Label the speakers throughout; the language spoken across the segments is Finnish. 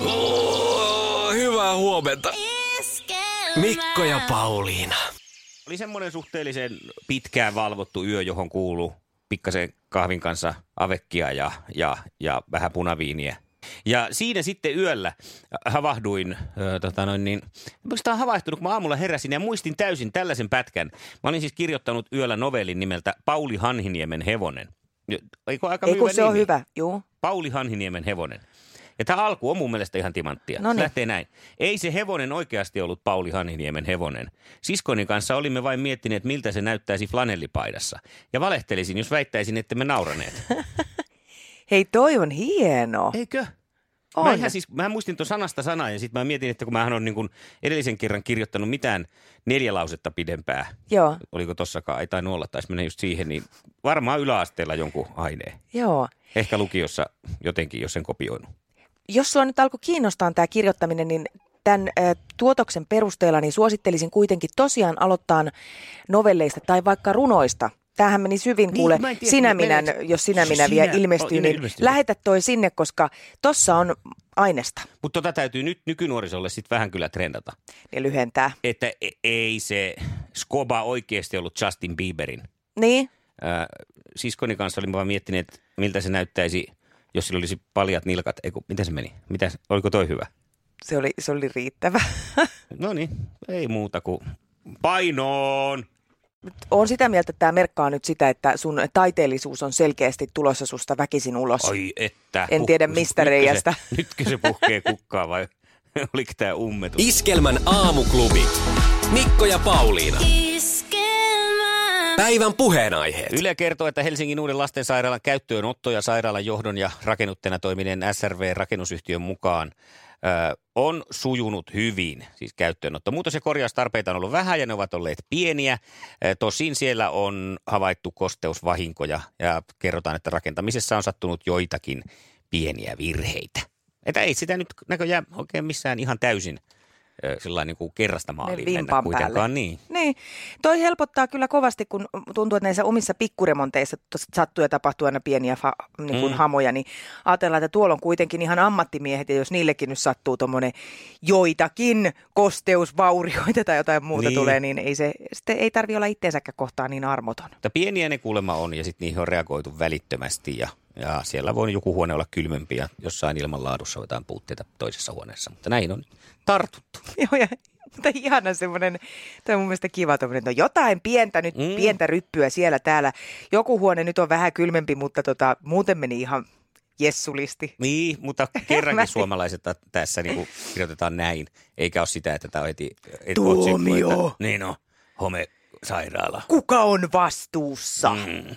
Speaker 1: Oh, Hyvää huomenta. Mikko ja Pauliina.
Speaker 2: Oli semmoinen suhteellisen pitkään valvottu yö, johon kuuluu pikkasen kahvin kanssa avekkia ja, ja, ja vähän punaviiniä. Ja siinä sitten yöllä havahduin, ö, tota noin niin, oikeastaan havahtunut, kun mä aamulla heräsin ja muistin täysin tällaisen pätkän. Mä olin siis kirjoittanut yöllä novellin nimeltä Pauli Hanhiniemen hevonen. Ja- Eikö aika
Speaker 3: Ei kun
Speaker 2: myyvä
Speaker 3: se on
Speaker 2: nimi?
Speaker 3: hyvä, juu.
Speaker 2: Pauli Hanhiniemen hevonen. Ja tämä alku on mun mielestä ihan timanttia.
Speaker 3: Noniin.
Speaker 2: Se lähtee näin. Ei se hevonen oikeasti ollut Pauli Hanhiniemen hevonen. Siskoni kanssa olimme vain miettineet, miltä se näyttäisi flanellipaidassa. Ja valehtelisin, jos väittäisin, että me nauraneet.
Speaker 3: Hei, toi on hieno.
Speaker 2: Eikö? Mä,
Speaker 3: On.
Speaker 2: ihan siis, mä muistin tuon sanasta sanaa ja sitten mä mietin, että kun mä on niin kun edellisen kerran kirjoittanut mitään neljä lausetta pidempää.
Speaker 3: Joo,
Speaker 2: Oliko tossakaan? Ei tainnut olla, taisi mennä just siihen. Niin varmaan yläasteella jonkun aineen.
Speaker 3: joo.
Speaker 2: Ehkä lukiossa jotenkin, jos sen kopioinut.
Speaker 3: Jos sua nyt alkoi kiinnostaa tämä kirjoittaminen, niin tämän äh, tuotoksen perusteella niin suosittelisin kuitenkin tosiaan aloittaa novelleista tai vaikka runoista. Tämähän meni syvin
Speaker 2: Niin,
Speaker 3: kuule
Speaker 2: mä en tiedä,
Speaker 3: sinä
Speaker 2: me-
Speaker 3: minä,
Speaker 2: meneekö-
Speaker 3: jos sinä minä vielä
Speaker 2: Sinä-
Speaker 3: ilmestyy,
Speaker 2: oh, ne
Speaker 3: niin
Speaker 2: ilmestyy.
Speaker 3: lähetä toi sinne, koska tossa on ainesta,
Speaker 2: Mutta tota täytyy nyt nykynuorisolle sitten vähän kyllä trendata.
Speaker 3: niin lyhentää.
Speaker 2: Että e- ei se Skoba oikeasti ollut Justin Bieberin.
Speaker 3: Niin,
Speaker 2: Ää, siskoni kanssa olin vaan miettinyt, miltä se näyttäisi, jos sillä olisi paljat nilkat. Eiku, miten se meni? Mitä, se- oliko toi hyvä?
Speaker 3: se oli, se oli riittävä.
Speaker 2: No niin, ei muuta kuin painoon.
Speaker 3: on sitä mieltä, että tämä merkkaa nyt sitä, että sun taiteellisuus on selkeästi tulossa susta väkisin ulos.
Speaker 2: Ai että.
Speaker 3: En tiedä,
Speaker 2: puhkus.
Speaker 3: mistä
Speaker 2: Nytkö se-
Speaker 3: reiästä.
Speaker 2: Nytkö se puhkee kukkaa vai oliko tämä ummetus?
Speaker 1: Iskelmän aamuklubi. Mikko ja Pauliina. Päivän puheenaiheet.
Speaker 2: Yle kertoo, että Helsingin uuden lastensairaalan käyttöönotto ja sairaalan johdon ja rakennuttajana toimineen SRV-rakennusyhtiön mukaan ö, on sujunut hyvin, siis käyttöönotto. Muutos- ja korjaustarpeita on ollut vähän ja ne ovat olleet pieniä. Ö, Tosin siellä on havaittu kosteusvahinkoja ja kerrotaan, että rakentamisessa on sattunut joitakin pieniä virheitä. Että ei sitä nyt näköjään oikein missään ihan täysin sillä niin kuin kerrasta maaliin mennä
Speaker 3: vimpan
Speaker 2: kuitenkaan.
Speaker 3: päälle.
Speaker 2: Niin.
Speaker 3: Niin, toi helpottaa kyllä kovasti, kun tuntuu, että näissä omissa pikkuremonteissa tos- sattuu ja tapahtuu aina pieniä fa- niin kuin
Speaker 2: Mm.
Speaker 3: mm. hamoja, niin ajatellaan, että tuolla on kuitenkin ihan ammattimiehet, ja jos niillekin nyt sattuu tuommoinen joitakin kosteusvaurioita tai jotain muuta
Speaker 2: Niin.
Speaker 3: niin. tulee, niin ei, se, sitten ei tarvi olla itsensäkään kohtaan niin armoton.
Speaker 2: Mutta pieniä ne kuulemma on ja sitten niihin on reagoitu välittömästi ja, ja siellä voi joku huone olla kylmempi ja jossain ilmanlaadussa on jotain puutteita toisessa huoneessa. Mutta näihin on nyt tartuttu.
Speaker 3: Joo, ja, mutta ihana semmoinen, tämä on mun mielestä kiva tommoinen, no jotain pientä nyt,
Speaker 2: Mm.
Speaker 3: mm. pientä ryppyä siellä täällä. Joku huone nyt on vähän kylmempi, mutta tota, muuten meni ihan jessulisti.
Speaker 2: Niin, mutta
Speaker 3: Mä
Speaker 2: kerrankin
Speaker 3: en-
Speaker 2: suomalaiset ta- tässä niinku kirjoitetaan näin, eikä ole sitä, että tämä on heti et
Speaker 3: Tuomio.
Speaker 2: otsikko, että- Niin on, home sairaala.
Speaker 3: Kuka on vastuussa? Mm.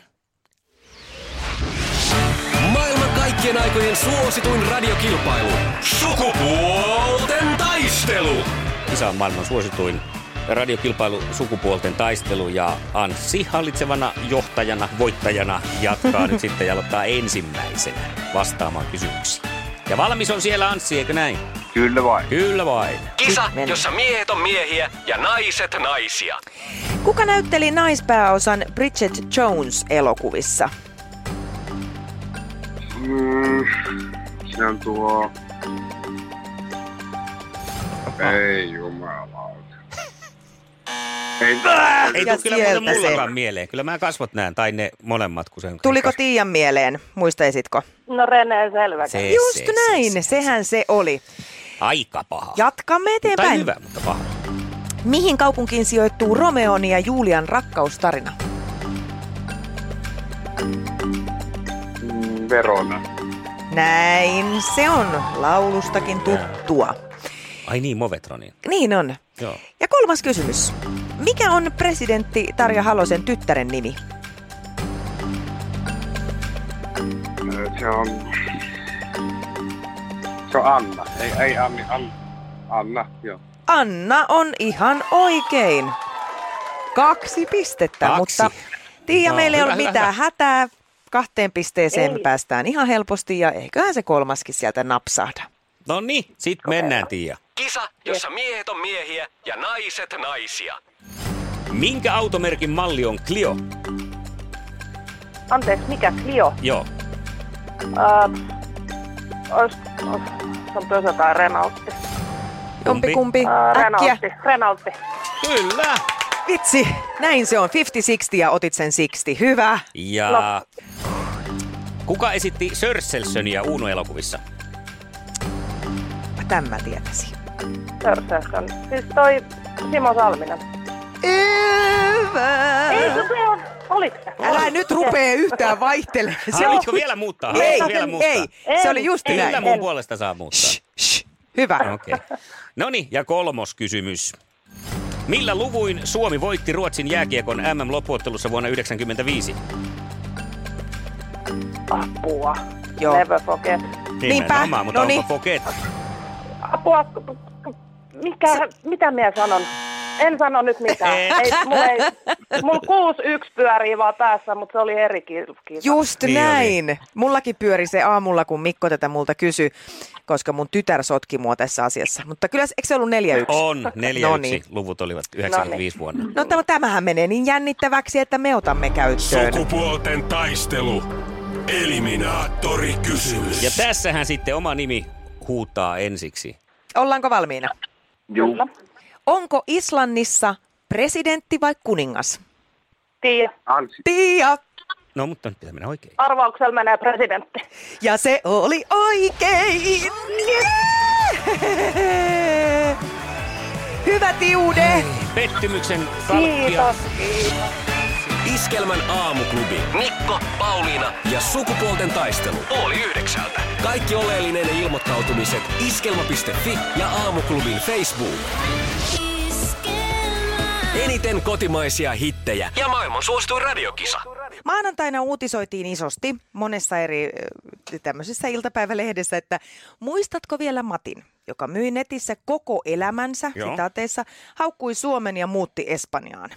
Speaker 1: Maailman kaikkien aikojen suosituin radiokilpailu. Sukupuolten taistelu.
Speaker 2: Kisa on maailman suosituin radiokilpailu sukupuolten taistelu ja Anssi hallitsevana johtajana, voittajana jatkaa nyt sitten ja aloittaa ensimmäisenä vastaamaan kysymyksiin. Ja valmis on siellä Anssi, eikö näin?
Speaker 4: Kyllä vain.
Speaker 2: Kyllä vain.
Speaker 1: Kisa,
Speaker 3: mennään.
Speaker 1: jossa miehet on miehiä ja naiset naisia.
Speaker 3: Kuka näytteli naispääosan Bridget Jones-elokuvissa?
Speaker 4: Mm, se on tuo... Ei jumalauta. Ei,
Speaker 2: Ei
Speaker 3: Ja
Speaker 2: tule kyllä muuten
Speaker 3: sieltä se.
Speaker 2: mullakaan mieleen. Kyllä mä kasvot näen, tai ne molemmat. Kun sen
Speaker 3: Tuliko
Speaker 2: kas-
Speaker 3: Tiian mieleen? Muistaisitko?
Speaker 5: No Rene Selväkä.
Speaker 2: Se,
Speaker 3: Just
Speaker 2: se, se,
Speaker 3: näin,
Speaker 2: se.
Speaker 3: sehän se oli.
Speaker 2: Aika paha.
Speaker 3: Jatkamme
Speaker 2: tai
Speaker 3: eteenpäin.
Speaker 2: hyvä, mutta paha.
Speaker 3: Mihin kaupunkiin sijoittuu Romeon ja Julian rakkaustarina?
Speaker 4: mm, Verona.
Speaker 3: Näin, se on laulustakin tuttua.
Speaker 2: Ai niin, Movetroniin.
Speaker 3: Niin on.
Speaker 2: Joo.
Speaker 3: Ja kolmas kysymys. Mikä on presidentti Tarja Halosen tyttären nimi?
Speaker 4: Se on... Se on Anna. Ei, ei Anni, Anna. Anna, joo.
Speaker 3: Anna on ihan oikein. Kaksi pistettä,
Speaker 2: Kaksi.
Speaker 3: mutta Tiia,
Speaker 2: No,
Speaker 3: no, meillä ei
Speaker 2: hyvä,
Speaker 3: ollut
Speaker 2: hyvä,
Speaker 3: mitään
Speaker 2: hyvä.
Speaker 3: hätää. Kahteen pisteeseen
Speaker 5: Ei.
Speaker 3: me päästään ihan helposti ja eiköhän se kolmaskin sieltä napsahda.
Speaker 2: No niin, sit mennään Tiia.
Speaker 1: Kisa, jossa miehet on miehiä ja naiset naisia.
Speaker 2: Minkä automerkin malli on Clio?
Speaker 5: Anteeksi, mikä Clio?
Speaker 2: Joo.
Speaker 5: Äh, olis, olis, se on Pösö tai Renaultti.
Speaker 3: Jompi kumpi,
Speaker 5: Äh,
Speaker 3: äkkiä.
Speaker 5: Renaultti. Renaultti.
Speaker 2: Kyllä.
Speaker 3: Vitsi, näin se on. 50-60 ja otit sen 60. Hyvä.
Speaker 2: Ja
Speaker 3: No.
Speaker 2: kuka esitti Sörselssöniä Uuno-elokuvissa?
Speaker 3: Tämän mä tietäisin.
Speaker 5: Törsäskön. Siis toi Simo Salminen.
Speaker 3: Evä.
Speaker 5: Ei, kun se on. Oliko se?
Speaker 3: Älä nyt rupee yhtään vaihtelemaan. Se oli-
Speaker 2: Haluatko vielä muuttaa?
Speaker 3: Ei,
Speaker 2: Haluatko vielä muuttaa?
Speaker 3: ei, se
Speaker 5: En,
Speaker 3: oli just
Speaker 5: en.
Speaker 3: näin.
Speaker 2: Kyllä mun puolesta saa muuttaa.
Speaker 3: Shh, shh, hyvä.
Speaker 2: Okei. No niin, ja kolmos kysymys. Millä luvuin Suomi voitti Ruotsin jääkiekon MM-loppuottelussa vuonna 1995?
Speaker 5: Apua.
Speaker 3: Joo.
Speaker 5: Never forget.
Speaker 3: Niinpä,
Speaker 2: Nimenomaan, mutta
Speaker 3: no niin.
Speaker 2: onko foket?
Speaker 5: Apua. Mikä, mitä minä sanon? En sano nyt mitään. Ei, mulla, ei, mulla kuusi yksi pyörii vaan päässä, mutta se oli eri kilpki.
Speaker 3: Just
Speaker 2: Niin
Speaker 3: niin näin.
Speaker 2: oli.
Speaker 3: Mullakin pyöri se aamulla, kun Mikko tätä multa kysyi, koska mun tytär sotki mua tässä asiassa. Mutta kyllä se- eikö se ollut neljä yksi?
Speaker 2: On, neljä
Speaker 3: No
Speaker 2: yksi.
Speaker 3: niin.
Speaker 2: Luvut olivat 95 vuonna.
Speaker 3: No tämä- tämähän menee niin jännittäväksi, että me otamme käyttöön.
Speaker 1: Sukupuolten taistelu. Eliminaattori kysymys.
Speaker 2: Ja tässähän sitten oma nimi huutaa ensiksi.
Speaker 3: Ollaanko valmiina?
Speaker 4: Juu.
Speaker 5: Kyllä.
Speaker 3: Onko Islannissa presidentti vai kuningas?
Speaker 5: Tiia.
Speaker 4: Ansi.
Speaker 3: Tiia!
Speaker 2: No, mutta nyt pitää mennä oikein.
Speaker 5: Arvauksella menee presidentti.
Speaker 3: Ja se oli oikein! Jee! Hyvä tiude!
Speaker 2: Pettymyksen
Speaker 5: Kiitos.
Speaker 2: kalkkia.
Speaker 1: Iskelmän aamuklubi. Mikko, Pauliina ja sukupuolten taistelu. Oli yhdeksältä. Kaikki oleellinen ilmoittautumiset iskelma.fi ja aamuklubin Facebook. Eniten kotimaisia hittejä ja maailman suosituin radiokisa.
Speaker 3: Maanantaina uutisoitiin isosti monessa eri ö, tämmöisessä iltapäivälehdessä, että muistatko vielä Matin, joka myi netissä koko elämänsä,
Speaker 2: Joo.
Speaker 3: Joo. sitaateissa, haukkui Suomen ja muutti Espanjaan.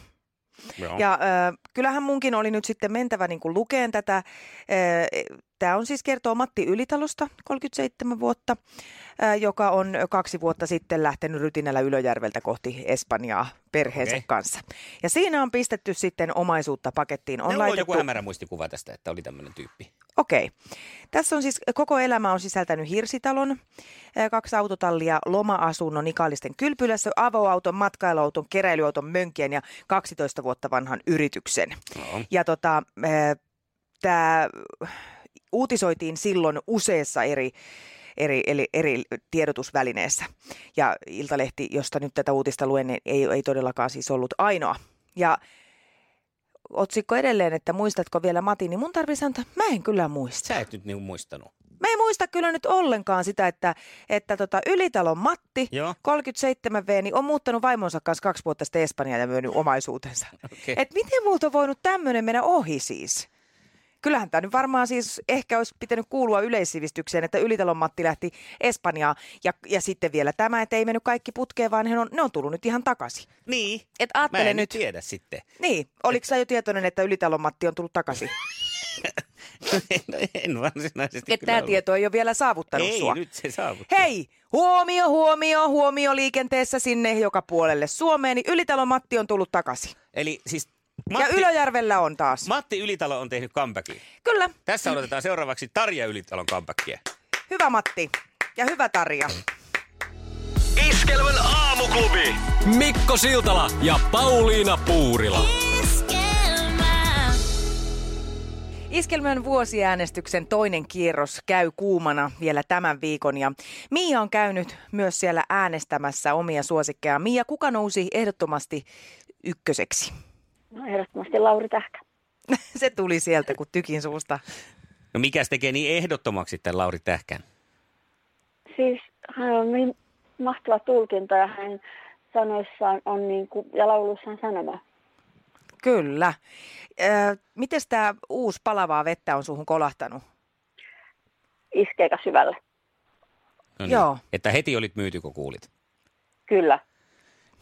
Speaker 2: Joo.
Speaker 3: Ja ö, kyllähän munkin oli nyt sitten mentävä niin kuin lukeen tätä. Tämä on siis kertoo Matti Ylitalosta, 37 vuotta, ö, joka on kaksi vuotta sitten lähtenyt rytinällä Ylöjärveltä kohti Espanjaa perheensä
Speaker 2: Okei.
Speaker 3: okay. kanssa. Ja siinä on pistetty sitten omaisuutta pakettiin. On
Speaker 2: Minulla on joku
Speaker 3: laitettu
Speaker 2: hämärä muistikuva tästä, että oli tämmöinen tyyppi.
Speaker 3: Okei. Tässä on siis koko elämä on sisältänyt hirsitalon, eh, kaksi autotallia, loma-asunnon Ikallisten kylpylässä, avoauton, matkailuauton, keräilyauton, mönkien ja 12 vuotta vanhan yrityksen.
Speaker 2: No.
Speaker 3: Ja tota, tämä uutisoitiin silloin useassa eri, eri, eri, eri tiedotusvälineessä. Ja Iltalehti, josta nyt tätä uutista luen, niin ei, ei todellakaan siis ollut ainoa. Ja otsikko edelleen, että muistatko vielä Mati, niin mun tarvii sanoa, että mä en kyllä muista.
Speaker 2: Sä et nyt niinku muistanut.
Speaker 3: Mä en muista kyllä nyt ollenkaan sitä, että, että tota Ylitalon Matti,
Speaker 2: Joo.
Speaker 3: 37 V, niin on muuttanut vaimonsa kanssa kaksi vuotta sitten Espanjaan ja myynyt omaisuutensa.
Speaker 2: Okei.
Speaker 3: Et miten multa on voinut tämmöinen mennä ohi siis? Kyllähän tämä nyt varmaan siis ehkä olisi pitänyt kuulua yleissivistykseen, että Ylitalon Matti lähti Espanjaan. Ja, ja sitten vielä tämä, että ei mennyt kaikki putkeen, vaan he on, ne on tullut nyt ihan takaisin.
Speaker 2: Niin.
Speaker 3: Et
Speaker 2: Mä
Speaker 3: ajattele
Speaker 2: en nyt
Speaker 3: nyt.
Speaker 2: tiedä sitten.
Speaker 3: Niin, oliko sä jo tietoinen, että Ylitalon Matti on tullut takaisin?
Speaker 2: No en varsinaisesti
Speaker 3: että
Speaker 2: kyllä
Speaker 3: tämä
Speaker 2: ollut.
Speaker 3: tieto ei ole vielä saavuttanut
Speaker 2: Ei,
Speaker 3: sua.
Speaker 2: nyt se saavutti.
Speaker 3: Hei, huomio, huomio, huomio liikenteessä sinne joka puolelle Suomeen, niin Ylitalon Matti on tullut takaisin.
Speaker 2: Eli siis
Speaker 3: Matti. Ja
Speaker 2: Matti,
Speaker 3: Ylöjärvellä on taas. Ma-
Speaker 2: Matti Ylitalo on tehnyt comebackin.
Speaker 3: Kyllä,
Speaker 2: Tässä odotetaan seuraavaksi Tarja Ylitalon comebackia.
Speaker 3: hyvä Matti ja hyvä Tarja.
Speaker 1: Iskelmän aamuklubi. Mikko Siltala ja Pauliina Puurila.
Speaker 3: Iskelmän vuosiäänestyksen toinen kierros käy kuumana vielä tämän viikon ja Mia on käynyt myös siellä äänestämässä omia suosikkeja. Mia, kuka nousi ehdottomasti ykköseksi?
Speaker 5: No ehdottomasti Lauri Tähkä.
Speaker 3: Se tuli sieltä kuin tykin suusta.
Speaker 2: No mikäs tekee niin ehdottomaksi tämän Lauri Tähkän?
Speaker 5: Siis hän on niin mahtava tulkinta ja hän sanoissaan on niin kuin, ja lauluissaan sanoma.
Speaker 3: Kyllä. Öö, Miten tämä uusi palavaa vettä on suhun kolahtanut?
Speaker 5: Iskeekä syvälle.
Speaker 2: No
Speaker 3: Joo.
Speaker 2: Että heti olit myyty, kun kuulit.
Speaker 5: Kyllä.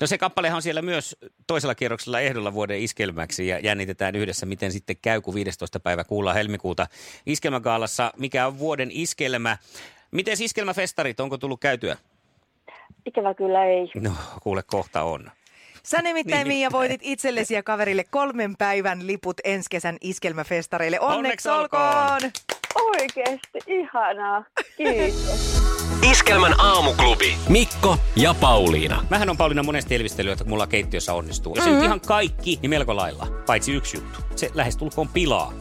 Speaker 2: No se kappalehan on siellä myös toisella kierroksella ehdolla vuoden iskelmäksi ja jännitetään yhdessä, miten sitten käy, kun 15. päivä kuullaan helmikuuta iskelmäkaalassa. Mikä on vuoden iskelmä? Miten iskelmäfestarit, onko tullut käytyä?
Speaker 5: Ikävä kyllä ei.
Speaker 2: No kuule, kohta on.
Speaker 3: Sä nimittäin,
Speaker 2: Nimittäin.
Speaker 3: Mia, voitit itsellesi ja kaverille kolmen päivän liput ensi kesän iskelmäfestareille. Onneksi,
Speaker 2: Onneksi
Speaker 3: olkoon!
Speaker 2: olkoon!
Speaker 5: Oikeesti, ihanaa. Kiitos.
Speaker 1: Iskelmän aamuklubi. Mikko ja Pauliina.
Speaker 2: Mähän on Pauliina monesti elvistellyt, että mulla keittiössä onnistuu. Jos mm-hmm. nyt ihan kaikki, niin melko lailla. Paitsi yksi juttu. Se lähestulkoon pilaa.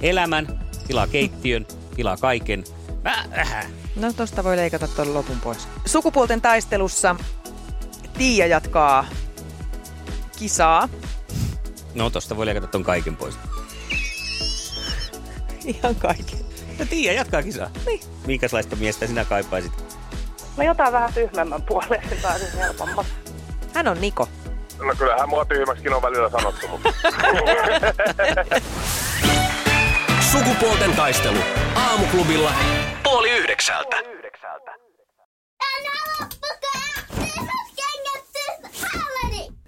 Speaker 2: Elämän, pilaa keittiön, pilaa kaiken. Mä, äh,
Speaker 3: No tosta voi leikata tuon lopun pois. Sukupuolten taistelussa Tiia jatkaa kisaa.
Speaker 2: No tosta voi leikata ton kaiken pois.
Speaker 3: Ihan kaikki.
Speaker 2: No Tiia, jatkaa kisaa.
Speaker 3: Niin.
Speaker 2: Minkälaista miestä sinä kaipaisit?
Speaker 5: No jotain vähän tyhmemmän puoleen, se pääsin helpommaksi.
Speaker 3: Hän on Niko.
Speaker 4: No kyllähän mua tyhmäksikin on välillä sanottu, mutta
Speaker 1: Sukupuolten taistelu. Aamuklubilla. Puoli yhdeksältä.